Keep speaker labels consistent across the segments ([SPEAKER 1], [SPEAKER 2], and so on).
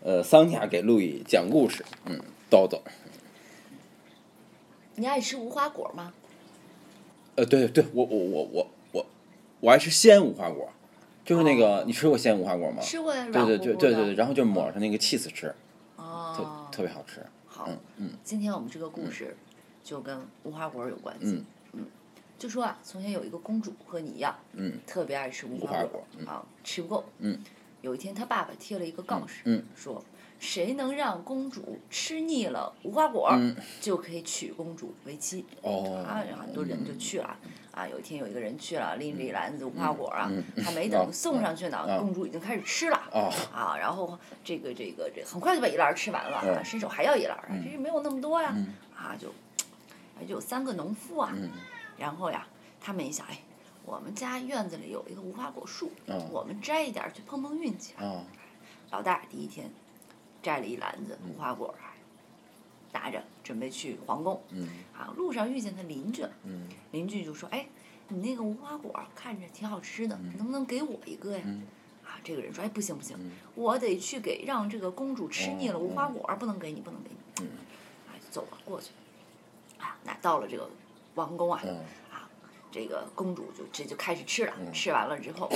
[SPEAKER 1] 呃，桑尼亚给路易讲故事，嗯，叨叨，
[SPEAKER 2] 你爱吃无花果吗？
[SPEAKER 1] 呃，对对，我我我我我我爱吃鲜无花果，就是那个、你吃过鲜无花果吗？
[SPEAKER 2] 吃过软
[SPEAKER 1] 对对
[SPEAKER 2] 乎
[SPEAKER 1] 对
[SPEAKER 2] 乎
[SPEAKER 1] 对
[SPEAKER 2] 的
[SPEAKER 1] 对对，然后就抹上那个 cheese 吃，特、
[SPEAKER 2] 哦，
[SPEAKER 1] 特别好吃，
[SPEAKER 2] 好
[SPEAKER 1] 嗯，嗯
[SPEAKER 2] 今天我们这个故事就跟无花果有关系。
[SPEAKER 1] 嗯
[SPEAKER 2] 就说啊，从前有一个公主和你一样，
[SPEAKER 1] 嗯
[SPEAKER 2] 特别爱吃无
[SPEAKER 1] 无花
[SPEAKER 2] 花
[SPEAKER 1] 果嗯
[SPEAKER 2] 啊，吃不够。
[SPEAKER 1] 嗯，
[SPEAKER 2] 有一天她爸爸贴了一个告示，
[SPEAKER 1] 嗯
[SPEAKER 2] 说谁能让公主吃腻了无花果，
[SPEAKER 1] 嗯
[SPEAKER 2] 就可以娶公主为妻。
[SPEAKER 1] 哦，
[SPEAKER 2] 啊，然后很多人就去了。啊，有一天有一个人去了，拎着一篮子无花果啊
[SPEAKER 1] 嗯，
[SPEAKER 2] 还没
[SPEAKER 1] 啊
[SPEAKER 2] 等送上去呢，
[SPEAKER 1] 啊
[SPEAKER 2] 公主已经开始吃了。
[SPEAKER 1] 哦
[SPEAKER 2] 啊，然后这个这个这很快就把一篮儿吃完了，啊
[SPEAKER 1] 嗯
[SPEAKER 2] 伸手还要一篮儿，这没有那么多呀
[SPEAKER 1] 嗯，
[SPEAKER 2] 啊就，哎就有三个农夫啊，
[SPEAKER 1] 嗯
[SPEAKER 2] 然后呀，他们一想，哎，我们家院子里有一个无花果树，
[SPEAKER 1] 嗯
[SPEAKER 2] 我们摘一点儿去碰碰运气啊。
[SPEAKER 1] 啊
[SPEAKER 2] 老大第一天摘了一篮子无花果儿啊，拿着准备去皇宫
[SPEAKER 1] 嗯
[SPEAKER 2] 啊，路上遇见他邻居了，
[SPEAKER 1] 嗯
[SPEAKER 2] 邻居就说：“哎，你那个无花果看着挺好吃的，能不能给我一个呀？”
[SPEAKER 1] 嗯
[SPEAKER 2] 啊，这个人说：“哎，不行不行，
[SPEAKER 1] 嗯
[SPEAKER 2] 我得去给让这个公主吃腻了
[SPEAKER 1] 哦
[SPEAKER 2] 无花果，不能给你，不能给你。
[SPEAKER 1] 嗯
[SPEAKER 2] 啊，就走了过去。啊，那到了这个王宫啊，
[SPEAKER 1] 嗯
[SPEAKER 2] 啊，这个公主就这就开始吃了，
[SPEAKER 1] 嗯
[SPEAKER 2] 吃完了之 后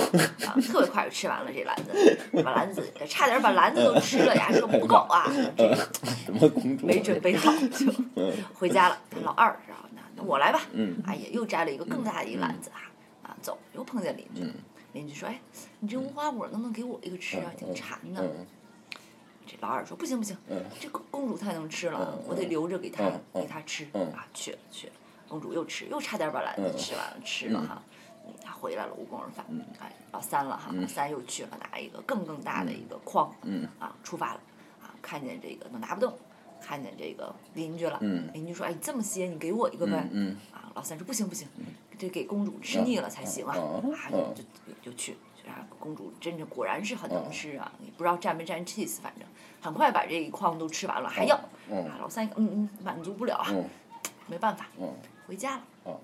[SPEAKER 2] 啊，特别快就吃完了这篮子，把篮子差点把篮子都吃了呀，说不够 啊，这
[SPEAKER 1] 呃，什么公主？
[SPEAKER 2] 没准备好就回家了。老二然后那那我来吧，
[SPEAKER 1] 嗯
[SPEAKER 2] 啊也又摘了一个更大的一篮子啊啊走，又碰见邻居
[SPEAKER 1] 嗯，
[SPEAKER 2] 邻居说哎，你这无花果能不能给我一个吃啊？
[SPEAKER 1] 嗯
[SPEAKER 2] 挺馋的。
[SPEAKER 1] 嗯
[SPEAKER 2] 这老二说不行不行，
[SPEAKER 1] 嗯
[SPEAKER 2] 这公公主太能吃了啊
[SPEAKER 1] 嗯，
[SPEAKER 2] 我得留着给她
[SPEAKER 1] 嗯嗯
[SPEAKER 2] 给她吃
[SPEAKER 1] 嗯
[SPEAKER 2] 啊。去了去了，公主又吃，又差点把篮子
[SPEAKER 1] 嗯
[SPEAKER 2] 吃完了吃了哈。嗯，她回来了，无功而返。哎，老三了哈，老三又去了，拿一个更更大的一个筐
[SPEAKER 1] 嗯
[SPEAKER 2] 啊，出发了啊，看见这个都拿不动，看见这个邻居了
[SPEAKER 1] 嗯，
[SPEAKER 2] 邻居说：“哎，你这么些，你给我一个呗
[SPEAKER 1] 嗯。”嗯
[SPEAKER 2] 啊，老三说不行不行，这给公主吃腻了才行啊，
[SPEAKER 1] 嗯嗯
[SPEAKER 2] 啊
[SPEAKER 1] 嗯嗯
[SPEAKER 2] 就就就就去，就让公主真是果然是很能吃啊，也不知道蘸没蘸 cheese，反正很快把这一筐都吃完了，还要，
[SPEAKER 1] 嗯
[SPEAKER 2] 啊，老三一看嗯嗯满足不了啊，
[SPEAKER 1] 嗯
[SPEAKER 2] 没办法，
[SPEAKER 1] 嗯
[SPEAKER 2] 回家了，
[SPEAKER 1] 嗯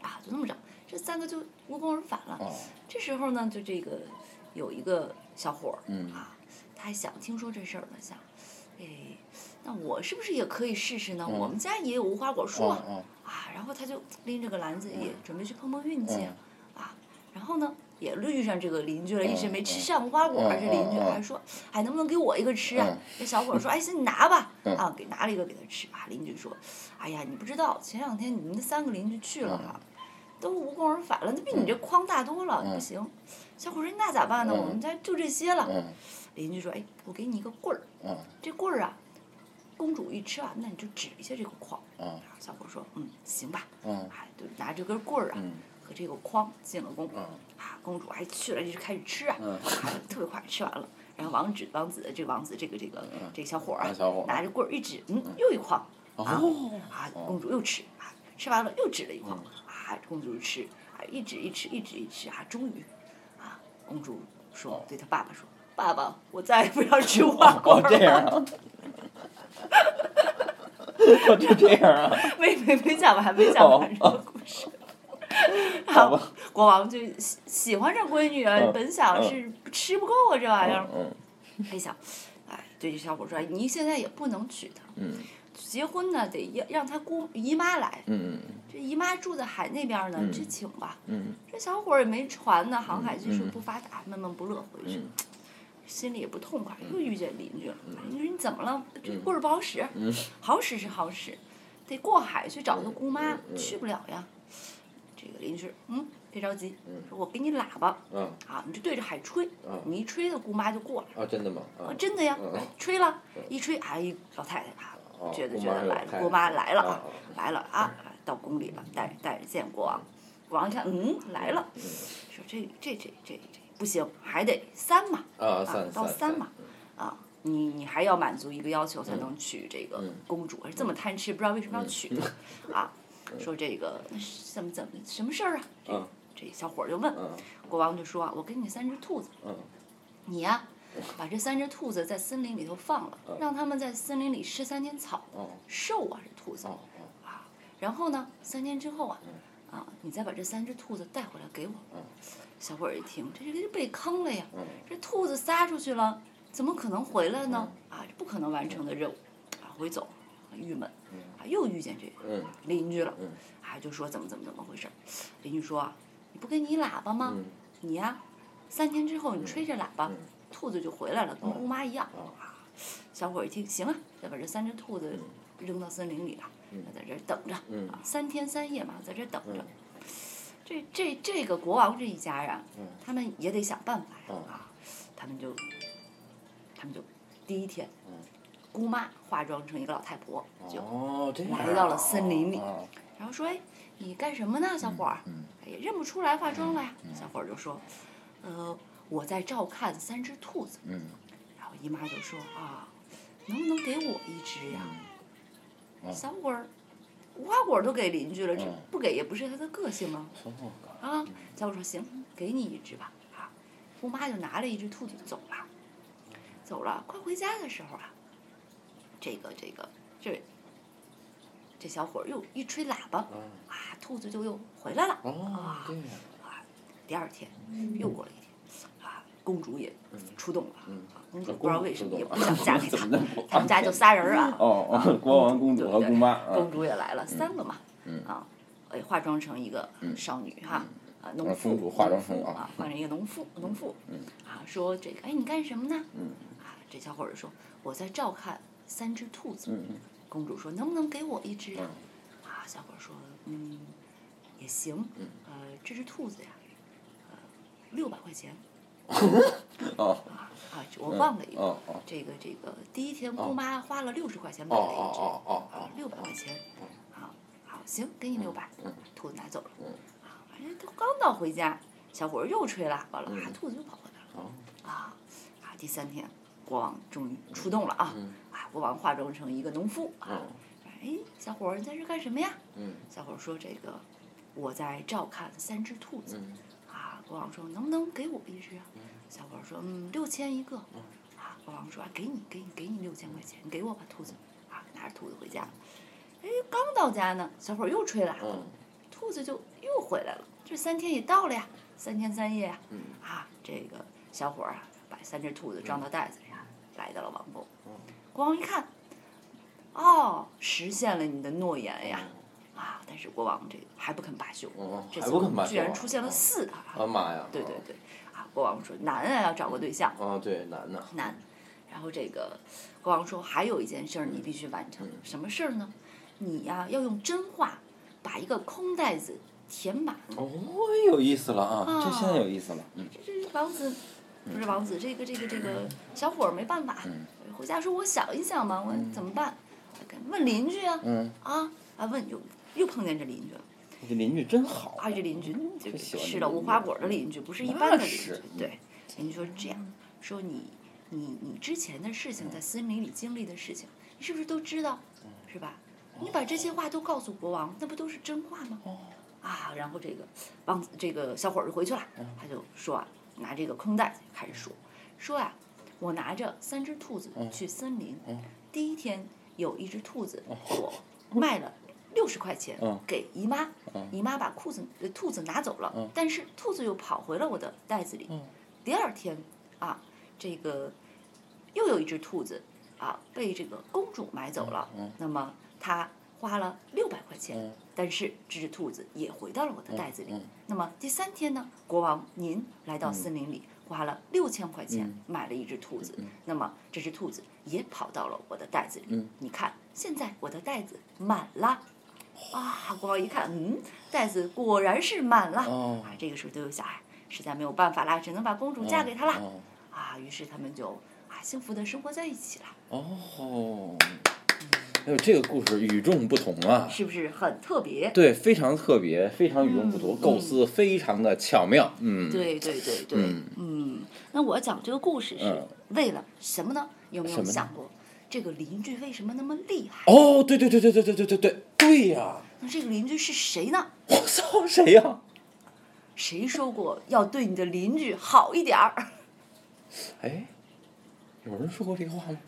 [SPEAKER 2] 啊，就这么着，这三个就无功而返了。
[SPEAKER 1] 啊
[SPEAKER 2] 这时候呢，就这个有一个小伙儿，
[SPEAKER 1] 嗯
[SPEAKER 2] 啊，他还想听说这事儿呢，想，哎，那我是不是也可以试试呢？
[SPEAKER 1] 嗯
[SPEAKER 2] 我们家也有无花果树啊。
[SPEAKER 1] 啊
[SPEAKER 2] 啊，然后他就拎着个篮子也
[SPEAKER 1] 嗯
[SPEAKER 2] 准备去碰碰运气
[SPEAKER 1] 嗯
[SPEAKER 2] 啊，然后呢也遇上这个邻居了，一直
[SPEAKER 1] 嗯
[SPEAKER 2] 没
[SPEAKER 1] 嗯
[SPEAKER 2] 吃上无花果儿，
[SPEAKER 1] 嗯
[SPEAKER 2] 这邻居
[SPEAKER 1] 嗯嗯
[SPEAKER 2] 还说，哎，能不能给我一个吃啊
[SPEAKER 1] 嗯？
[SPEAKER 2] 这小伙儿说，哎，行，你拿吧，
[SPEAKER 1] 嗯
[SPEAKER 2] 啊，给拿了一个给他吃啊。邻居说，哎呀，你不知道，前两天你们那三个邻居去了
[SPEAKER 1] 嗯
[SPEAKER 2] 哈，都无功而返了，那比你这筐大多了，不
[SPEAKER 1] 嗯
[SPEAKER 2] 行。小伙儿说，那咋办呢？我们家就这些了。
[SPEAKER 1] 嗯
[SPEAKER 2] 邻居说，哎，我给你一个棍儿，
[SPEAKER 1] 嗯
[SPEAKER 2] 这棍儿啊，公主一吃完，啊那你就指一下这个筐。
[SPEAKER 1] 嗯
[SPEAKER 2] 啊小伙儿说，嗯，行吧。
[SPEAKER 1] 嗯
[SPEAKER 2] 啊，就拿这根棍儿啊、
[SPEAKER 1] 嗯
[SPEAKER 2] 和这个筐进了宫。
[SPEAKER 1] 嗯
[SPEAKER 2] 啊，公主还去了，一直开始吃啊，
[SPEAKER 1] 嗯
[SPEAKER 2] 啊特别快吃完了。然后王子王子这个王子这个这个这个小伙儿
[SPEAKER 1] 啊小伙儿
[SPEAKER 2] 拿着棍儿一指，嗯，又一筐啊
[SPEAKER 1] 哦
[SPEAKER 2] 啊，公主又吃啊，吃完了又指了一
[SPEAKER 1] 嗯
[SPEAKER 2] 筐啊，公主吃啊，一指一吃一指一吃啊，终于啊，公主说
[SPEAKER 1] 哦
[SPEAKER 2] 对她爸爸说。爸爸，我再也不要吃无花果
[SPEAKER 1] 哦
[SPEAKER 2] 了。
[SPEAKER 1] 这样啊，哦就这样啊，
[SPEAKER 2] 没没没讲完，没讲完这个故事。
[SPEAKER 1] 哦 好吧，
[SPEAKER 2] 国王就喜喜欢这闺女啊，
[SPEAKER 1] 嗯
[SPEAKER 2] 本想是吃不够啊这玩意儿，
[SPEAKER 1] 嗯
[SPEAKER 2] 还想，哎，对这小伙说，你现在也不能娶她，
[SPEAKER 1] 嗯
[SPEAKER 2] 结婚呢得要让她姑姨妈来，
[SPEAKER 1] 嗯
[SPEAKER 2] 这姨妈住在海那边呢，
[SPEAKER 1] 嗯
[SPEAKER 2] 去请吧。
[SPEAKER 1] 嗯
[SPEAKER 2] 这小伙儿也没船呢，航海技术
[SPEAKER 1] 嗯
[SPEAKER 2] 不发达，闷闷不乐回去
[SPEAKER 1] 嗯，
[SPEAKER 2] 心里也不痛快，又遇见邻居了。邻居说你怎么了？这棍儿不好使，
[SPEAKER 1] 嗯
[SPEAKER 2] 好使是好使，得过海去找他姑妈
[SPEAKER 1] 嗯嗯，嗯
[SPEAKER 2] 去不了呀。这个邻居，嗯，别着急
[SPEAKER 1] 嗯，
[SPEAKER 2] 说我给你喇叭
[SPEAKER 1] 嗯
[SPEAKER 2] 啊，你就对着海吹
[SPEAKER 1] 嗯，
[SPEAKER 2] 你一吹，他姑妈就过来。
[SPEAKER 1] 啊，真的吗？
[SPEAKER 2] 啊，
[SPEAKER 1] 啊，
[SPEAKER 2] 真的呀
[SPEAKER 1] 嗯嗯，
[SPEAKER 2] 吹了，一吹，哎，老太太啊
[SPEAKER 1] 哦，
[SPEAKER 2] 觉得
[SPEAKER 1] 姑
[SPEAKER 2] 觉
[SPEAKER 1] 妈
[SPEAKER 2] 得
[SPEAKER 1] 又
[SPEAKER 2] 来
[SPEAKER 1] 开
[SPEAKER 2] 了，
[SPEAKER 1] 了
[SPEAKER 2] 姑妈来了啊
[SPEAKER 1] 哦，
[SPEAKER 2] 来了啊，到宫里了，带带着见国王，国王一看，嗯，来了，说这这这这这不行，还得三嘛，
[SPEAKER 1] 啊，
[SPEAKER 2] 啊
[SPEAKER 1] 三，
[SPEAKER 2] 到
[SPEAKER 1] 三
[SPEAKER 2] 三嘛，，啊，你你还要满足一个要求才能娶这个
[SPEAKER 1] 嗯
[SPEAKER 2] 公主，这么贪吃，不知道为什么要娶她，啊，说这个那是怎么怎么什么事儿啊？
[SPEAKER 1] 嗯
[SPEAKER 2] 这小伙儿就问
[SPEAKER 1] 嗯
[SPEAKER 2] 国王，就说啊，我给你三只兔子。
[SPEAKER 1] 嗯
[SPEAKER 2] 你呀、把这三只兔子在森林里头放了，
[SPEAKER 1] 嗯
[SPEAKER 2] 让它们在森林里吃三天草，
[SPEAKER 1] 哦
[SPEAKER 2] 瘦啊这兔子
[SPEAKER 1] 哦
[SPEAKER 2] 啊。然后呢，三天之后啊，
[SPEAKER 1] 嗯
[SPEAKER 2] 啊，你再把这三只兔子带回来给我。小伙儿一听，这是被坑了呀！
[SPEAKER 1] 嗯
[SPEAKER 2] 这兔子撒出去了，怎么可能回来呢？啊，不可能完成的任务，啊，回走，很郁闷，啊，又遇见这个
[SPEAKER 1] 嗯
[SPEAKER 2] 邻居了
[SPEAKER 1] 嗯，
[SPEAKER 2] 啊，就说怎么怎么怎么回事儿，邻居说啊，你不给你喇叭吗？
[SPEAKER 1] 嗯
[SPEAKER 2] 你呀、三天之后你吹着喇叭，
[SPEAKER 1] 嗯
[SPEAKER 2] 兔子就回来了，跟
[SPEAKER 1] 哦
[SPEAKER 2] 姑妈一样。
[SPEAKER 1] 哦
[SPEAKER 2] 啊，小伙儿一听，行啊，要把这三只兔子扔到森林里了，
[SPEAKER 1] 嗯
[SPEAKER 2] 要在这儿等着、
[SPEAKER 1] 嗯
[SPEAKER 2] 啊，三天三夜嘛，在这儿等着。
[SPEAKER 1] 嗯
[SPEAKER 2] 这这这个国王这一家呀，
[SPEAKER 1] 嗯
[SPEAKER 2] 他们也得想办法呀、
[SPEAKER 1] 哦
[SPEAKER 2] 啊，他们就，他们就第一天，
[SPEAKER 1] 嗯
[SPEAKER 2] 姑妈化妆成一个老太婆，就
[SPEAKER 1] 哦，这样
[SPEAKER 2] 来到了森林里
[SPEAKER 1] 啊
[SPEAKER 2] 然后说：“哎，你干什么呢，小伙儿？”
[SPEAKER 1] 嗯
[SPEAKER 2] 哎也认不出来化妆了呀。小伙儿就说：“呃，我在照看三只兔子。
[SPEAKER 1] 嗯”
[SPEAKER 2] 然后姨妈就说：“啊，能不能给我一只呀？”
[SPEAKER 1] 음,嗯
[SPEAKER 2] 小伙儿，无花果都给邻居了，这
[SPEAKER 1] 嗯
[SPEAKER 2] 不给也不是他的个性啊。
[SPEAKER 1] 说话干
[SPEAKER 2] 啊，小伙说行，给你一只吧。啊，姑妈就拿了一只兔子走了，走了。快回家的时候啊，这个这个这这小伙儿又一吹喇叭，
[SPEAKER 1] 啊
[SPEAKER 2] 啊，兔子就又回来了。
[SPEAKER 1] 哦
[SPEAKER 2] 啊，
[SPEAKER 1] 这样
[SPEAKER 2] 第二天又过了一天，啊，公主也出动了。
[SPEAKER 1] 嗯
[SPEAKER 2] 啊，公主不知道为什么也不想嫁 给
[SPEAKER 1] 怎
[SPEAKER 2] 他
[SPEAKER 1] 么，那么
[SPEAKER 2] 他们家就仨人儿 啊。
[SPEAKER 1] 哦 哦，国
[SPEAKER 2] 아,
[SPEAKER 1] 王、公主和姑妈啊
[SPEAKER 2] 公，主也来了，三个嘛，
[SPEAKER 1] 嗯
[SPEAKER 2] 啊，哎，化妆成一个
[SPEAKER 1] 嗯
[SPEAKER 2] 少女哈，啊，
[SPEAKER 1] 啊
[SPEAKER 2] 农妇，
[SPEAKER 1] 公主化妆成
[SPEAKER 2] 农妇
[SPEAKER 1] 啊
[SPEAKER 2] 啊，化成一个农妇，农妇
[SPEAKER 1] 嗯，
[SPEAKER 2] 啊，说这个，哎，你干什么呢？
[SPEAKER 1] 嗯
[SPEAKER 2] 啊，这小伙儿说，我在照看三只兔子。
[SPEAKER 1] 嗯
[SPEAKER 2] 公主说，能不能给我一只呀
[SPEAKER 1] 嗯？
[SPEAKER 2] 啊，小伙儿说，嗯，也行，
[SPEAKER 1] 嗯
[SPEAKER 2] 呃，这只兔子呀，呃，六百块钱
[SPEAKER 1] 哦
[SPEAKER 2] 啊啊，我忘了一个
[SPEAKER 1] 哦，哦
[SPEAKER 2] 这个这个第一天
[SPEAKER 1] 哦
[SPEAKER 2] 姑妈花了六十块钱
[SPEAKER 1] 哦
[SPEAKER 2] 买了一只。
[SPEAKER 1] 哦哦哦
[SPEAKER 2] 啊，六百块钱，啊，好，行，给你六百，兔子拿走了，
[SPEAKER 1] 嗯
[SPEAKER 2] 啊，反正都刚到回家，小伙儿又吹喇叭了，
[SPEAKER 1] 嗯
[SPEAKER 2] 啊，兔子又跑回来
[SPEAKER 1] 哦
[SPEAKER 2] 了，啊，啊，第三天，国王终于出动了啊，
[SPEAKER 1] 嗯
[SPEAKER 2] 啊，国王化妆成一个农夫啊
[SPEAKER 1] 哦，
[SPEAKER 2] 哎，小伙儿你在这干什么呀？
[SPEAKER 1] 嗯
[SPEAKER 2] 小伙儿说这个，我在照看三只兔子，
[SPEAKER 1] 嗯
[SPEAKER 2] 啊，国王说能不能给我一只啊
[SPEAKER 1] 嗯？
[SPEAKER 2] 小伙儿说嗯，六千一个
[SPEAKER 1] 嗯。
[SPEAKER 2] 啊，国王说啊，给你，给你，给你六千块钱，你给我吧，兔子。啊，拿着兔子回家。哎，刚到家呢，小伙儿又吹喇叭，
[SPEAKER 1] 嗯
[SPEAKER 2] 兔子就又回来了。这三天也到了呀，三天三夜呀。
[SPEAKER 1] 嗯
[SPEAKER 2] 啊，这个小伙儿啊，把三只兔子装到袋子里啊，来到了王宫。
[SPEAKER 1] 嗯
[SPEAKER 2] 国王一看，哦，实现了你的诺言呀！啊，但是国王这个还不肯罢休。
[SPEAKER 1] 哦，
[SPEAKER 2] 这
[SPEAKER 1] 嗯还
[SPEAKER 2] 次
[SPEAKER 1] 不肯买，
[SPEAKER 2] 居然出
[SPEAKER 1] 어,
[SPEAKER 2] 现了四啊！
[SPEAKER 1] 啊妈呀！
[SPEAKER 2] 对对对，啊，国王说难啊，要找个对象
[SPEAKER 1] 啊，对，男的，
[SPEAKER 2] 难。然后这个国王说还有一件事儿你必须完成，
[SPEAKER 1] 嗯
[SPEAKER 2] 什么事儿呢？你呀、要用真话把一个空袋子填满。
[SPEAKER 1] 哦，有意思了啊，这现在有意思了，嗯
[SPEAKER 2] 这这王子不是王子，这个这个这个小伙儿没办法，
[SPEAKER 1] 嗯
[SPEAKER 2] 回家说我想一想吧，我怎么办？问邻居啊
[SPEAKER 1] 嗯，
[SPEAKER 2] 啊啊问就又碰见这邻居了。
[SPEAKER 1] 这邻居真好，
[SPEAKER 2] 啊，这邻居就
[SPEAKER 1] 这喜欢
[SPEAKER 2] 吃
[SPEAKER 1] 这
[SPEAKER 2] 了
[SPEAKER 1] 邻
[SPEAKER 2] 无
[SPEAKER 1] 居
[SPEAKER 2] 花果的邻居，不是一
[SPEAKER 1] 那
[SPEAKER 2] 般的邻居
[SPEAKER 1] 是。嗯
[SPEAKER 2] 对，邻居说这样，说你你你之前的事情，在森林里经历的事情，你是不是都知道？是吧？你把这些话都告诉国王，那不都是真话吗？
[SPEAKER 1] 哦
[SPEAKER 2] 啊，然后这个王子这个小伙儿就回去了，
[SPEAKER 1] 嗯
[SPEAKER 2] 他就说啊，拿这个空袋子开始说，说呀、我拿着三只兔子
[SPEAKER 1] 嗯
[SPEAKER 2] 去森林，第一天有一只兔子，我卖了六十块钱
[SPEAKER 1] 哦嗯
[SPEAKER 2] 给姨妈，
[SPEAKER 1] 嗯
[SPEAKER 2] 姨妈把裤子呃兔子拿走了，
[SPEAKER 1] 嗯
[SPEAKER 2] 但是兔子又跑回了我的袋子里。
[SPEAKER 1] 嗯
[SPEAKER 2] 第二天啊，这个又有一只兔子啊被这个公主买走了，
[SPEAKER 1] 嗯
[SPEAKER 2] 那么她花了六百块钱，
[SPEAKER 1] 嗯
[SPEAKER 2] 但是这只兔子也回到了我的袋子里。
[SPEAKER 1] 嗯
[SPEAKER 2] 那么第三天呢，国王您来到森林里，花了六千块钱、
[SPEAKER 1] 嗯
[SPEAKER 2] 买了一只兔子，那么这只兔子也跑到了我的袋子里。
[SPEAKER 1] 嗯
[SPEAKER 2] 你看，现在我的袋子满了。啊！国王一看，嗯，袋子果然是满了。
[SPEAKER 1] 哦
[SPEAKER 2] 啊，这个时候都有小孩，实在没有办法啦，只能把公主嫁给他啦。
[SPEAKER 1] 哦
[SPEAKER 2] 啊，于是他们就啊幸福的生活在一起了，
[SPEAKER 1] 哦，哎呦，这个故事与众不同啊！
[SPEAKER 2] 是不是很特别？
[SPEAKER 1] 对，非常特别，非常与众不同，
[SPEAKER 2] 嗯
[SPEAKER 1] 构思非常的巧妙。嗯，
[SPEAKER 2] 对对对对，
[SPEAKER 1] 嗯
[SPEAKER 2] 嗯，那我讲这个故事是
[SPEAKER 1] 嗯
[SPEAKER 2] 为了什么呢？有没
[SPEAKER 1] 什
[SPEAKER 2] 有
[SPEAKER 1] 么呢
[SPEAKER 2] 想过这个邻居为什么那么厉害？
[SPEAKER 1] 哦，对对对对对对对对对对呀！
[SPEAKER 2] 那这个邻居是谁呢？
[SPEAKER 1] 我操，谁呀？
[SPEAKER 2] 谁说过要对你的邻居好一点儿？
[SPEAKER 1] 哎，有人说过这个话吗？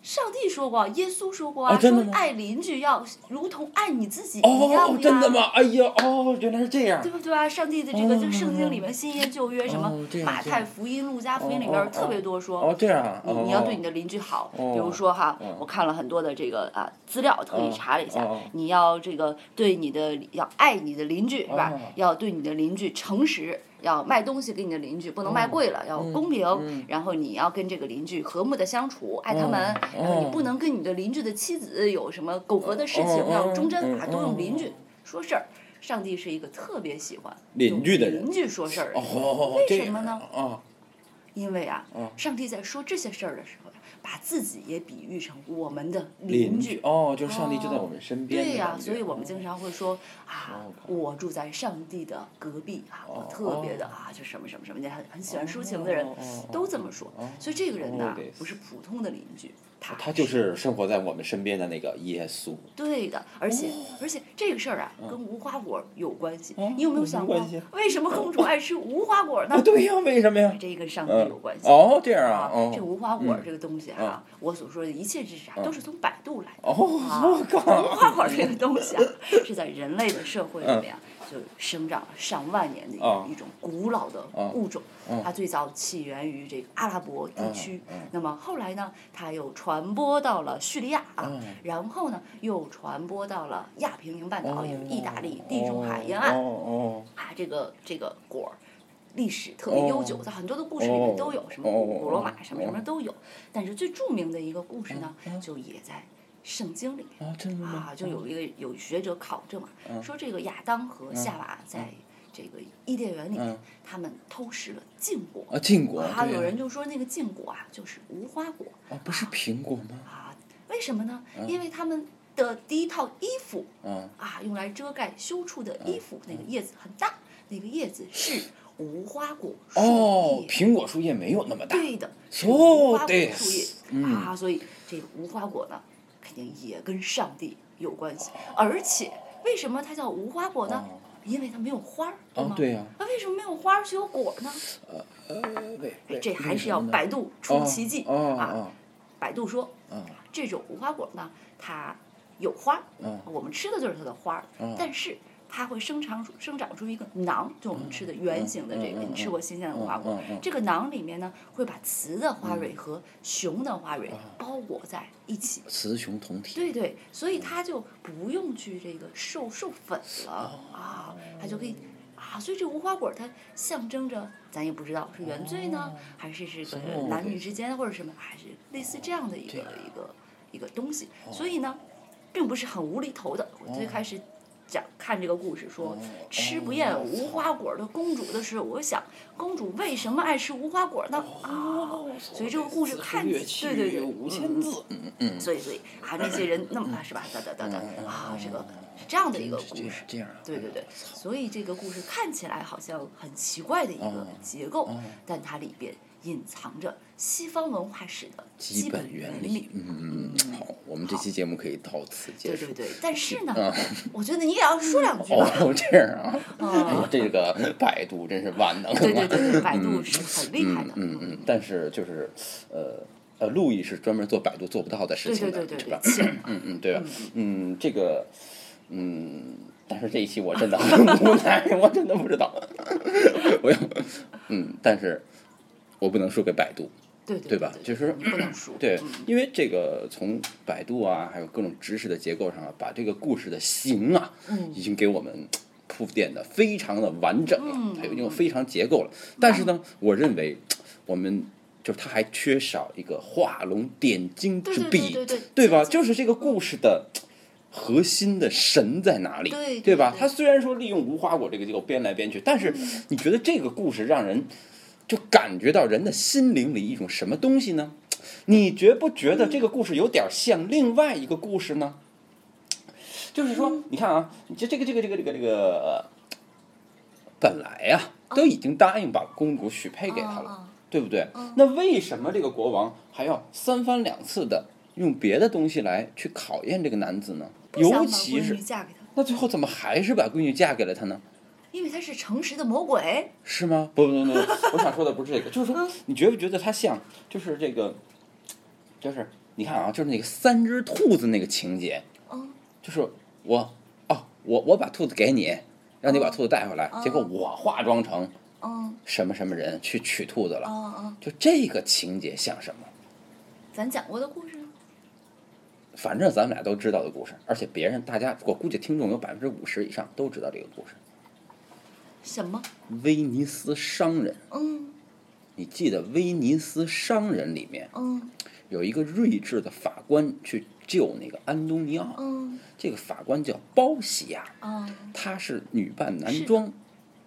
[SPEAKER 2] 上帝说过，耶稣说过
[SPEAKER 1] 啊真的
[SPEAKER 2] 说
[SPEAKER 1] 吗
[SPEAKER 2] 爱邻居要如同爱你自己一样呀，
[SPEAKER 1] 哦，真的吗？哎呀，哦，原来是这样
[SPEAKER 2] 对。不对啊？上帝的这个
[SPEAKER 1] 哦
[SPEAKER 2] 就是圣经里面新约旧约什么
[SPEAKER 1] 哦这样
[SPEAKER 2] 马
[SPEAKER 1] 这样
[SPEAKER 2] 太福音、路加福音里
[SPEAKER 1] 哦哦
[SPEAKER 2] 边特别多说，
[SPEAKER 1] 哦，这样啊。
[SPEAKER 2] 你
[SPEAKER 1] 哦
[SPEAKER 2] 你要对你的邻居好，
[SPEAKER 1] 哦
[SPEAKER 2] 比如说哈
[SPEAKER 1] 哦，
[SPEAKER 2] 我看了很多的这个啊资料，特意
[SPEAKER 1] 哦
[SPEAKER 2] 查了一下
[SPEAKER 1] 哦哦，
[SPEAKER 2] 你要这个对你的要爱你的邻居是吧
[SPEAKER 1] 哦？
[SPEAKER 2] 要对你的邻居诚实，要卖东西给你的邻居不能卖贵了，要公平
[SPEAKER 1] 哦嗯，
[SPEAKER 2] 然后你要跟这个邻居和睦的相处，爱他们，
[SPEAKER 1] 哦
[SPEAKER 2] 然后你不能跟你的邻居的妻子有什么苟合的事
[SPEAKER 1] 哦
[SPEAKER 2] 情，
[SPEAKER 1] 哦
[SPEAKER 2] 要忠贞啊，
[SPEAKER 1] 嗯
[SPEAKER 2] 都用邻
[SPEAKER 1] 嗯
[SPEAKER 2] 居说事儿。上帝是一个特别喜欢
[SPEAKER 1] 邻居的
[SPEAKER 2] 用
[SPEAKER 1] 人
[SPEAKER 2] 邻居说事儿的
[SPEAKER 1] 哦
[SPEAKER 2] 人，
[SPEAKER 1] 哦哦，
[SPEAKER 2] 为
[SPEAKER 1] 这
[SPEAKER 2] 什么呢
[SPEAKER 1] 样啊，
[SPEAKER 2] 因为啊，
[SPEAKER 1] 嗯
[SPEAKER 2] 上帝在说这些事儿的时候，把自己也比喻成我们的
[SPEAKER 1] 邻
[SPEAKER 2] 居。
[SPEAKER 1] 哦，就是上帝就在我们身边。
[SPEAKER 2] 对呀、
[SPEAKER 1] 那种感觉哦
[SPEAKER 2] 所以我们经常会说啊，我住在上帝的隔壁啊，我特别的啊，就什么什么什么，人家很很喜欢抒情的人
[SPEAKER 1] 哦哦哦哦
[SPEAKER 2] 都这么说。所以这个人
[SPEAKER 1] 哦
[SPEAKER 2] 呢
[SPEAKER 1] 对，
[SPEAKER 2] 不是普通的邻居，他
[SPEAKER 1] 他就是生活在我们身边的那个耶稣。
[SPEAKER 2] 对的，而
[SPEAKER 1] 哦
[SPEAKER 2] 且、而且这个事儿啊，跟无花果有关系。你有没有
[SPEAKER 1] 嗯有
[SPEAKER 2] 想过
[SPEAKER 1] 关系，
[SPEAKER 2] 为什么公主爱吃无花果呢？
[SPEAKER 1] 啊，对呀，为什么呀？
[SPEAKER 2] 这个跟上帝
[SPEAKER 1] 嗯
[SPEAKER 2] 有关系。
[SPEAKER 1] 哦，这样啊
[SPEAKER 2] 啊，
[SPEAKER 1] 哦，嗯
[SPEAKER 2] 这无花果这个东西啊，我所说的一切知识啊，都是从百度来的。啊
[SPEAKER 1] 哦， 我
[SPEAKER 2] 无
[SPEAKER 1] 靠，
[SPEAKER 2] 花果这个东 西啊，是在人类的社会里面啊，就生长了上万年的一个
[SPEAKER 1] 嗯哦
[SPEAKER 2] 一种古老的物种
[SPEAKER 1] 嗯。
[SPEAKER 2] 它最早起源于这个阿拉伯地区
[SPEAKER 1] 嗯嗯，
[SPEAKER 2] 那么后来呢，它又传播到了叙利亚啊
[SPEAKER 1] 嗯，
[SPEAKER 2] 然后呢，又传播到了亚平宁半岛，
[SPEAKER 1] 哦
[SPEAKER 2] 也就是意大利地中海沿岸。
[SPEAKER 1] 哦
[SPEAKER 2] 啊，这个这个果儿历史特别悠久，
[SPEAKER 1] 哦
[SPEAKER 2] 在很多的故事里面都有，
[SPEAKER 1] 哦
[SPEAKER 2] 什么古
[SPEAKER 1] 哦
[SPEAKER 2] 古罗马什么什么
[SPEAKER 1] 哦
[SPEAKER 2] 都有。但是最著名的一个故事呢，
[SPEAKER 1] 嗯嗯
[SPEAKER 2] 就也在圣经里
[SPEAKER 1] 哦，啊，真的
[SPEAKER 2] 面
[SPEAKER 1] 吗
[SPEAKER 2] 啊，？就有一个有学者考证啊，
[SPEAKER 1] 嗯
[SPEAKER 2] 说这个亚当和夏娃在这个伊甸园里面，
[SPEAKER 1] 嗯
[SPEAKER 2] 他们偷食了禁果。
[SPEAKER 1] 啊，禁果，
[SPEAKER 2] 啊，
[SPEAKER 1] 对
[SPEAKER 2] 有人就说那个禁果啊，就是无花果
[SPEAKER 1] 啊，不是苹果吗？
[SPEAKER 2] 啊，为什么呢？因为他们的第一套衣服
[SPEAKER 1] 嗯，
[SPEAKER 2] 啊，用来遮盖羞处的衣服，那个叶子很大，那个叶子是无花果树
[SPEAKER 1] 哦，
[SPEAKER 2] 叶。
[SPEAKER 1] 苹果树叶没有那么大。
[SPEAKER 2] 对的，是
[SPEAKER 1] 哦
[SPEAKER 2] 无花果
[SPEAKER 1] 对
[SPEAKER 2] 树叶、
[SPEAKER 1] 嗯
[SPEAKER 2] 啊，所以这个无花果呢，肯定也跟上帝有关系。而且，为什么它叫无花果呢？
[SPEAKER 1] 哦
[SPEAKER 2] 因为它没有花儿，对吗
[SPEAKER 1] 哦？，对呀，
[SPEAKER 2] 那为什么没有花儿却有果呢？
[SPEAKER 1] 呃，对
[SPEAKER 2] 哎
[SPEAKER 1] 对，
[SPEAKER 2] 这还
[SPEAKER 1] 为
[SPEAKER 2] 是
[SPEAKER 1] 什
[SPEAKER 2] 要
[SPEAKER 1] 么呢
[SPEAKER 2] 百度出奇迹、
[SPEAKER 1] 哦哦
[SPEAKER 2] 啊！
[SPEAKER 1] 哦
[SPEAKER 2] 百度说，
[SPEAKER 1] 嗯
[SPEAKER 2] 这种无花果呢，它有花儿，
[SPEAKER 1] 嗯
[SPEAKER 2] 我们吃的就是它的花儿，
[SPEAKER 1] 嗯
[SPEAKER 2] 但是它会生长出生长出一个囊，就我们吃的圆形的这
[SPEAKER 1] 嗯
[SPEAKER 2] 个，
[SPEAKER 1] 嗯
[SPEAKER 2] 你吃过新鲜的无花果，
[SPEAKER 1] 嗯嗯嗯
[SPEAKER 2] 这个囊里面呢会把雌的花蕊和雄的花
[SPEAKER 1] 啊
[SPEAKER 2] 蕊包裹在一起。
[SPEAKER 1] 雌雄同体。
[SPEAKER 2] 对对，所以它就不用去这个授授粉了、啊，它就可以啊，所以这无花果它象征着，咱也不知道是原罪呢，还是这个
[SPEAKER 1] 哦
[SPEAKER 2] 男
[SPEAKER 1] 对
[SPEAKER 2] 女之间或者什么，还是类似这样的一个、
[SPEAKER 1] 这样
[SPEAKER 2] 一个一个东西，所以呢，并不是很无厘头的。我最开始讲看这个故事说，吃不厌无花果的公主的时候，我想公主为什么爱吃无花果呢？
[SPEAKER 1] 哦
[SPEAKER 2] 啊，所以这个故事看起
[SPEAKER 1] 越
[SPEAKER 2] 对对对，
[SPEAKER 1] 五千字，嗯嗯，
[SPEAKER 2] 所以所以啊，那些人那么啊是吧？哒哒哒哒啊，这个是这样的一个故事。
[SPEAKER 1] 这样啊，
[SPEAKER 2] 对对对，所以这个故事看起来好像很奇怪的一个
[SPEAKER 1] 嗯
[SPEAKER 2] 结构，但它里边隐藏着西方文化史的
[SPEAKER 1] 基
[SPEAKER 2] 本
[SPEAKER 1] 本原理，嗯嗯嗯，好，我们这期节目可以到此结
[SPEAKER 2] 对
[SPEAKER 1] 束
[SPEAKER 2] 对。对，但是呢，我觉得你也要说两句吧。
[SPEAKER 1] 嗯哦，这样 啊，哎呀，这个百度真是万能啊！
[SPEAKER 2] 嗯对对对，对百度是很厉害的。
[SPEAKER 1] 嗯嗯，但是就是，呃呃，路易是专门做百度做不到的事
[SPEAKER 2] 对
[SPEAKER 1] 情
[SPEAKER 2] 对
[SPEAKER 1] 的，
[SPEAKER 2] 对对
[SPEAKER 1] 是
[SPEAKER 2] 对
[SPEAKER 1] 吧，？
[SPEAKER 2] 浅
[SPEAKER 1] 嗯嗯，对吧？嗯，这个，嗯，但是这一期我真的很无奈， 我真的不知道，我要，嗯，但是我不能输给百度，
[SPEAKER 2] 对
[SPEAKER 1] 对
[SPEAKER 2] 对
[SPEAKER 1] 吧？
[SPEAKER 2] 对，
[SPEAKER 1] 就是
[SPEAKER 2] 你不能输。
[SPEAKER 1] 对
[SPEAKER 2] 嗯，
[SPEAKER 1] 因为这个从百度啊，还有各种知识的结构上啊，把这个故事的形啊，
[SPEAKER 2] 嗯
[SPEAKER 1] 已经给我们铺垫的非常的完整
[SPEAKER 2] 嗯
[SPEAKER 1] 了，它已经有非常结构了。但是呢，我认为我们就是它还缺少一个画龙点睛
[SPEAKER 2] 对
[SPEAKER 1] 之
[SPEAKER 2] 对
[SPEAKER 1] 笔
[SPEAKER 2] 对对对，
[SPEAKER 1] 对吧？就是这个故事的。核心的神在哪里？
[SPEAKER 2] 对对
[SPEAKER 1] 吧？
[SPEAKER 2] 对
[SPEAKER 1] 它虽然说利用无花果这个结构编来编去，但是你觉得这个故事让人就感觉到人的心灵里一种什么东西呢？你觉不觉得这个故事有点像另外一个故事呢？就是说，你看啊，你这这个这个这个这个这个，呃本来呀、都已经答应把公主许配给他了，
[SPEAKER 2] 啊
[SPEAKER 1] 对不对？那为什么这个国王还要三番两次的用别的东西来去考验这个男子呢？尤其是
[SPEAKER 2] 嫁给他，
[SPEAKER 1] 那最后怎么还是把闺女嫁给了他呢？
[SPEAKER 2] 因为他是诚实的魔鬼。
[SPEAKER 1] 是吗？不不不不，我想说的不是这个，就是说，你觉不觉得它像，就是这个，就是你看啊，就是那个三只兔子那个情节，
[SPEAKER 2] 嗯，
[SPEAKER 1] 就是我哦，我我把兔子给你，让你把兔子带回来，
[SPEAKER 2] 嗯
[SPEAKER 1] 结果我化妆成
[SPEAKER 2] 嗯
[SPEAKER 1] 什么什么人去取兔子了，
[SPEAKER 2] 嗯嗯，
[SPEAKER 1] 就这个情节像什么？
[SPEAKER 2] 咱讲过的故事呢，
[SPEAKER 1] 反正咱们俩都知道的故事，而且别人大家我估计听众有百分之五十以上都知道这个故事，
[SPEAKER 2] 什么？
[SPEAKER 1] 威尼斯商人。
[SPEAKER 2] 嗯
[SPEAKER 1] 你记得《威尼斯商人》里面
[SPEAKER 2] 嗯
[SPEAKER 1] 有一个睿智的法官去救那个安东尼奥，
[SPEAKER 2] 嗯
[SPEAKER 1] 这个法官叫包西亚，
[SPEAKER 2] 啊
[SPEAKER 1] 他是女扮
[SPEAKER 2] 是
[SPEAKER 1] 男
[SPEAKER 2] 的
[SPEAKER 1] 装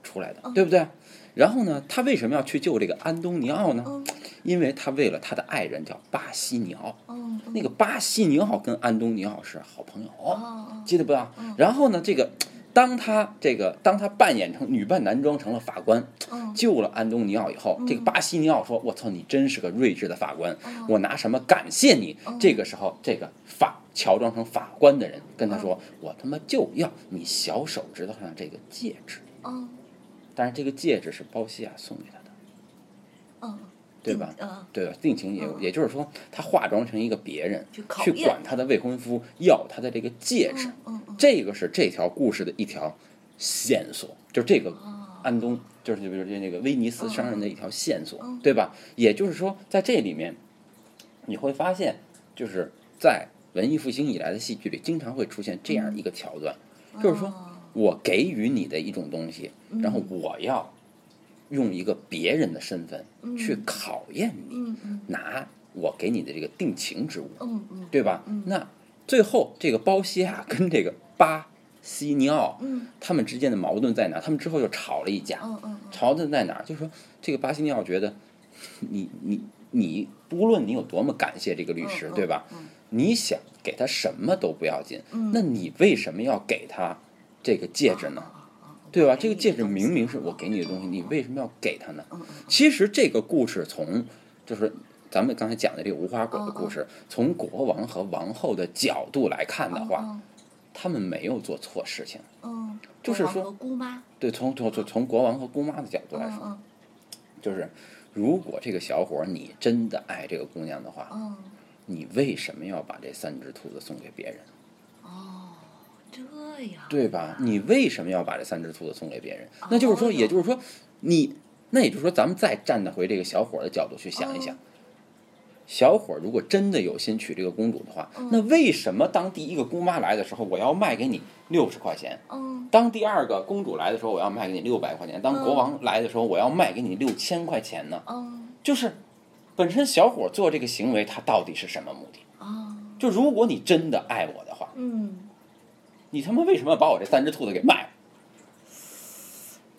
[SPEAKER 1] 出来的，
[SPEAKER 2] 嗯
[SPEAKER 1] 对不对？然后呢，他为什么要去救这个安东尼奥呢？
[SPEAKER 2] 嗯
[SPEAKER 1] 因为他为了他的爱人叫巴西尼奥，
[SPEAKER 2] 嗯嗯
[SPEAKER 1] 那个巴西尼奥跟安东尼奥是好朋友，
[SPEAKER 2] 哦
[SPEAKER 1] 记得不啊？然后呢，这个当他这个当他扮演成女扮男装成了法官，
[SPEAKER 2] 嗯
[SPEAKER 1] 救了安东尼奥以后，这个巴西尼奥说：“我操，你真是个睿智的法官，
[SPEAKER 2] 嗯
[SPEAKER 1] 我拿什么感谢你？”
[SPEAKER 2] 哦
[SPEAKER 1] 这个时候，这个法乔装成法官的人跟他说：“
[SPEAKER 2] 嗯
[SPEAKER 1] 我他妈就要你小手指头上这个戒指。
[SPEAKER 2] 嗯”
[SPEAKER 1] 但是这个戒指是包西亚送给他的，
[SPEAKER 2] 嗯，
[SPEAKER 1] 对吧？
[SPEAKER 2] 嗯
[SPEAKER 1] 对吧？定情也有，
[SPEAKER 2] 嗯
[SPEAKER 1] 也就是说，他化妆成一个别人
[SPEAKER 2] 去考
[SPEAKER 1] 去
[SPEAKER 2] 验
[SPEAKER 1] 管他的未婚夫要他的这个戒指，
[SPEAKER 2] 嗯嗯
[SPEAKER 1] 这个是这条故事的一条线索，就这个
[SPEAKER 2] 啊
[SPEAKER 1] 安东，就是比如这那个威尼斯商人的一条线索，
[SPEAKER 2] 嗯
[SPEAKER 1] 对吧？也就是说，在这里面，你会发现，就是在文艺复兴以来的戏剧里，经常会出现这样一个桥段，就是说
[SPEAKER 2] 哦
[SPEAKER 1] 我给予你的一种东西，然后我要用一个别人的身份去考验你，
[SPEAKER 2] 嗯嗯
[SPEAKER 1] 拿我给你的这个定情之物，
[SPEAKER 2] 嗯嗯
[SPEAKER 1] 对吧？那最后这个包西亚跟这个巴西尼奥
[SPEAKER 2] 嗯
[SPEAKER 1] 他们之间的矛盾在哪？他们之后又吵了一架。
[SPEAKER 2] 嗯嗯
[SPEAKER 1] 矛盾在哪儿？就是说，这个巴西尼奥觉得，你你你，无论你有多么感谢这个律师，
[SPEAKER 2] 嗯
[SPEAKER 1] 对吧？
[SPEAKER 2] 嗯
[SPEAKER 1] 你想给他什么都不要紧，那你为什么要给他这个戒指呢？
[SPEAKER 2] 哦
[SPEAKER 1] 对
[SPEAKER 2] 哎嗯
[SPEAKER 1] 吧？这个戒指明
[SPEAKER 2] 啊
[SPEAKER 1] 明是我给你的东西，你为什么要给他呢？
[SPEAKER 2] 嗯
[SPEAKER 1] 其实这个故事从就是咱们刚才讲的这个无花果的故事，从国王和王后的角度来看的
[SPEAKER 2] 哦
[SPEAKER 1] 话，他们没有做错事情。
[SPEAKER 2] 嗯，姑妈
[SPEAKER 1] 对，从从从从国王和姑妈的角度来说，
[SPEAKER 2] 嗯
[SPEAKER 1] 就是如果这个小伙儿你真的爱这个姑娘的话，
[SPEAKER 2] 嗯
[SPEAKER 1] 你为什么要把这三只兔子送给别人，
[SPEAKER 2] 哦这样
[SPEAKER 1] 对吧？你为什么要把这三只兔子送给别人？那就是说，也就是说，你那也就是说，咱们再站得回这个小伙儿的角度去想一想
[SPEAKER 2] 嗯。
[SPEAKER 1] 小伙儿如果真的有心娶这个公主的话，那为什么当第一个姑妈来的时候，我要卖给你六十块钱？
[SPEAKER 2] 嗯
[SPEAKER 1] 当第二个公主来的时候，我要卖给你六百块钱；当国王来的时候，我要卖给你六千块钱呢？
[SPEAKER 2] 嗯
[SPEAKER 1] 就是本身小伙做这个行为，他到底是什么目的？
[SPEAKER 2] 啊
[SPEAKER 1] 就如果你真的爱我的话，
[SPEAKER 2] 嗯
[SPEAKER 1] 你他妈为什么要把我这三只兔子给卖了？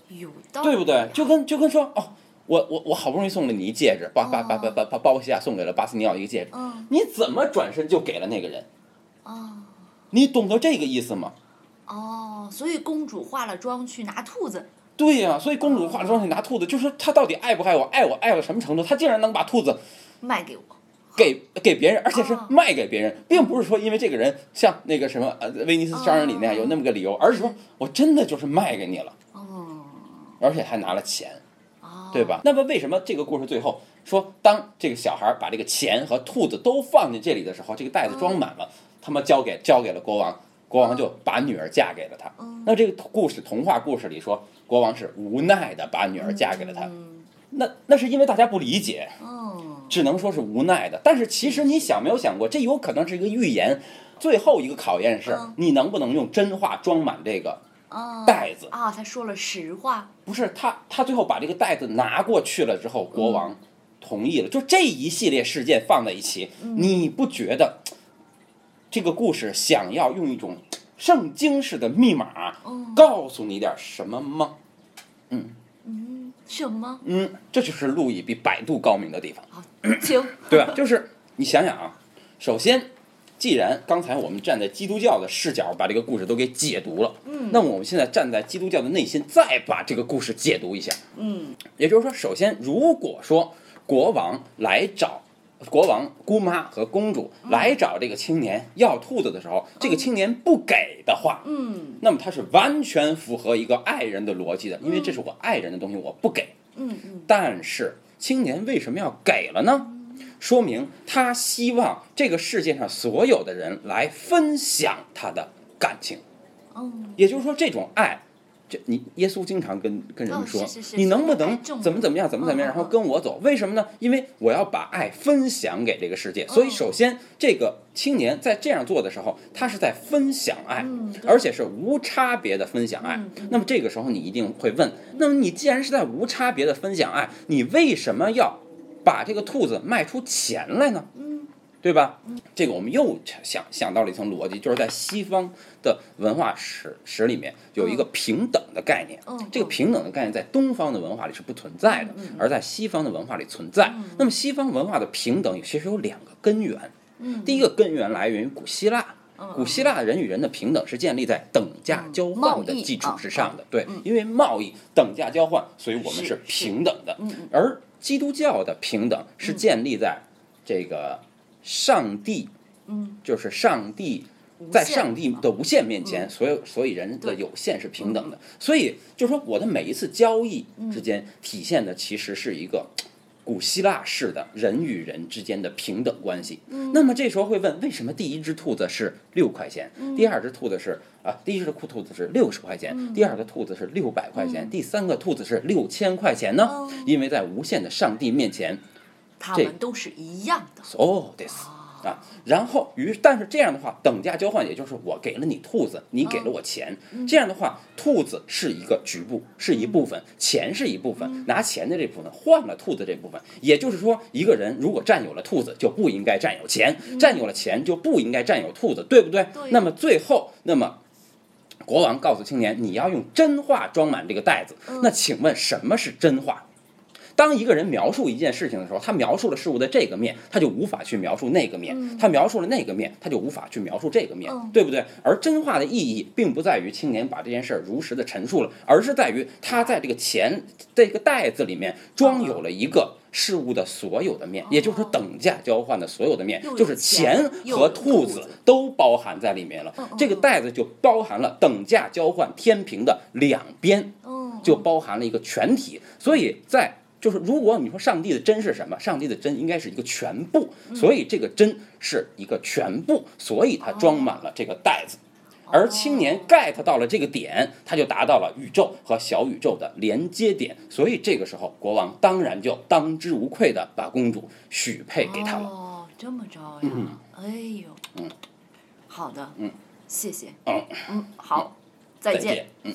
[SPEAKER 2] 有道理
[SPEAKER 1] 对不对？就跟就跟说哦，我我我好不容易送了你一戒指，把把把把把把包西亚送给了巴斯尼奥一个戒指，
[SPEAKER 2] 嗯
[SPEAKER 1] 你怎么转身就给了那个人？
[SPEAKER 2] 啊
[SPEAKER 1] 你懂得这个意思吗？
[SPEAKER 2] 哦，所以公主化了妆去拿兔子
[SPEAKER 1] 对呀、所以公主化妆去拿兔子，就是她到底爱不爱我？爱我爱到什么程度？她竟然能把兔子
[SPEAKER 2] 卖给我
[SPEAKER 1] 给给别人，而且是
[SPEAKER 2] 啊
[SPEAKER 1] 卖给别人，并不是说因为这个人像那个什么呃威尼斯商人里那样
[SPEAKER 2] 啊
[SPEAKER 1] 有那么个理由，而是说我真的就是卖给你了，
[SPEAKER 2] 哦
[SPEAKER 1] 而且还拿了钱，
[SPEAKER 2] 哦
[SPEAKER 1] 对吧？那么为什么这个故事最后说，当这个小孩把这个钱和兔子都放进这里的时候，这个袋子装满
[SPEAKER 2] 哦
[SPEAKER 1] 了，他妈交给交给了国王，国王就把女儿嫁给了他。
[SPEAKER 2] 嗯
[SPEAKER 1] 那这个故事童话故事里说，国王是无奈的把女儿嫁给了他，
[SPEAKER 2] 嗯
[SPEAKER 1] 那那是因为大家不理解，
[SPEAKER 2] 哦
[SPEAKER 1] 只能说是无奈的。但是其实你想没有想过，这有可能是一个预言。最后一个考验是、
[SPEAKER 2] 嗯
[SPEAKER 1] 你能不能用真话装满这个
[SPEAKER 2] 哦
[SPEAKER 1] 袋子？
[SPEAKER 2] 啊，他说了实话
[SPEAKER 1] 不是他，他最后把这个袋子拿过去了之后，国王同意了。就这一系列事件放在一起，你不觉得这个故事想要用一种圣经式的密码
[SPEAKER 2] 嗯
[SPEAKER 1] 告诉你点什么吗？
[SPEAKER 2] 嗯什么
[SPEAKER 1] 嗯，这就是路易比百度高明的地方。
[SPEAKER 2] 好，请
[SPEAKER 1] 对啊吧？就是你想想啊，首先，既然刚才我们站在基督教的视角把这个故事都给解读了，嗯，那么我们现在站在基督教的内心，再把这个故事解读一下。
[SPEAKER 2] 嗯
[SPEAKER 1] 也就是说，首先，如果说国王来找。国王、姑妈和公主来找这个青年要兔子的时候，这个青年不给的话，
[SPEAKER 2] 嗯
[SPEAKER 1] 那么他是完全符合一个爱人的逻辑的，因为这是我爱人的东西，我不给。
[SPEAKER 2] 嗯嗯
[SPEAKER 1] 但是青年为什么要给了呢？说明他希望这个世界上所有的人来分享他的感情。
[SPEAKER 2] 嗯，
[SPEAKER 1] 也就是说，这种爱，这你耶稣经常跟跟人们说，
[SPEAKER 2] 哦是是是
[SPEAKER 1] 你能不能
[SPEAKER 2] 爱众人
[SPEAKER 1] 怎么怎么样，怎么怎么样，
[SPEAKER 2] 嗯嗯
[SPEAKER 1] 然后跟我走？为什么呢？因为我要把爱分享给这个
[SPEAKER 2] 哦
[SPEAKER 1] 世界。所以，首先这个青年在这样做的时候，他是在分享爱，
[SPEAKER 2] 嗯对
[SPEAKER 1] 而且是无差别的分享爱。
[SPEAKER 2] 嗯嗯
[SPEAKER 1] 那么这个时候，你一定会问：那么你既然是在无差别的分享爱，你为什么要把这个兔子卖出钱来呢？
[SPEAKER 2] 嗯，
[SPEAKER 1] 对吧？这个我们又想想到了一层逻辑，就是在西方的文化史史里面有一个平等的概念。
[SPEAKER 2] 嗯
[SPEAKER 1] 这个平等的概念在东方的文化里是不存在的，而在西方的文化里存在。那么西方文化的平等其实有两个根源。
[SPEAKER 2] 嗯
[SPEAKER 1] 第一个根源来源于古希腊。
[SPEAKER 2] 嗯
[SPEAKER 1] 古希腊人与人的平等是建立在等价交换的基础之上的，对，因为贸易等价交换，所以我们
[SPEAKER 2] 是
[SPEAKER 1] 是
[SPEAKER 2] 嗯是嗯
[SPEAKER 1] 平等的。而基督教的平等是建立在这个上帝，
[SPEAKER 2] 嗯，
[SPEAKER 1] 就是上帝
[SPEAKER 2] 无
[SPEAKER 1] 在
[SPEAKER 2] 限嗯
[SPEAKER 1] 上帝的无限面前，所有所以人的
[SPEAKER 2] 对
[SPEAKER 1] 有限是平等的。所以就是说，我的每一次交易之间
[SPEAKER 2] 嗯
[SPEAKER 1] 体现的其实是一个古希腊式的人与人之间的平等关系。
[SPEAKER 2] 嗯
[SPEAKER 1] 那么这时候会问，为什么第一只兔子是六块钱，
[SPEAKER 2] 嗯
[SPEAKER 1] 第二只兔子是啊，第一只兔子是六十块钱，第二个兔子是六百块
[SPEAKER 2] 嗯
[SPEAKER 1] 钱，第三个兔子是六千块钱呢？
[SPEAKER 2] 哦
[SPEAKER 1] 因为在无限的上帝面前，
[SPEAKER 2] 他
[SPEAKER 1] 这
[SPEAKER 2] 们都是一样的。
[SPEAKER 1] 哦，对，啊，然后于但是这样的话，等价交换也就是我给了你兔子，你给了我钱。
[SPEAKER 2] 嗯
[SPEAKER 1] 这样的话，兔子是一个局部，是一部分，钱是一部分，
[SPEAKER 2] 嗯
[SPEAKER 1] 拿钱的这部分换了兔子这部分。也就是说，一个人如果占有了兔子，就不应该占有钱；占有了钱，就不应该占有兔子，对不对？
[SPEAKER 2] 嗯对
[SPEAKER 1] 那么最后，那么。国王告诉青年，你要用真话装满这个袋子。
[SPEAKER 2] 嗯
[SPEAKER 1] 那请问什么是真话？当一个人描述一件事情的时候，他描述了事物的这个面，他就无法去描述那个面；他描述了那个面，他就无法去描述这个面，
[SPEAKER 2] 嗯
[SPEAKER 1] 对不对？而真话的意义，并不在于青年把这件事儿如实的陈述了，而是在于他在这个钱这个袋子里面装有了一个事物的所有的面，也就是说等价交换的所有的面
[SPEAKER 2] 哦又，有
[SPEAKER 1] 就是
[SPEAKER 2] 钱
[SPEAKER 1] 钱
[SPEAKER 2] 又
[SPEAKER 1] 和
[SPEAKER 2] 有
[SPEAKER 1] 兔
[SPEAKER 2] 兔子
[SPEAKER 1] 子都包含在里面了。
[SPEAKER 2] 嗯
[SPEAKER 1] 这个袋子就包含了等价交换天平的两边。
[SPEAKER 2] 嗯，
[SPEAKER 1] 就包含了一个全体，所以在就是如果你说上帝的真是什么，上帝的真应该是一个全部，
[SPEAKER 2] 嗯
[SPEAKER 1] 所以这个真是一个全部，所以它装满了这个袋子。而青年 get 到了这个点，他就达到了宇宙和小宇宙的连接点，所以这个时候国王当然就当之无愧的把公主许配给他了。嗯
[SPEAKER 2] 哦，这么着呀？哎呦，嗯，好的，嗯，谢谢，
[SPEAKER 1] 嗯，
[SPEAKER 2] 嗯，好，再
[SPEAKER 1] 再
[SPEAKER 2] 见。
[SPEAKER 1] 见，嗯。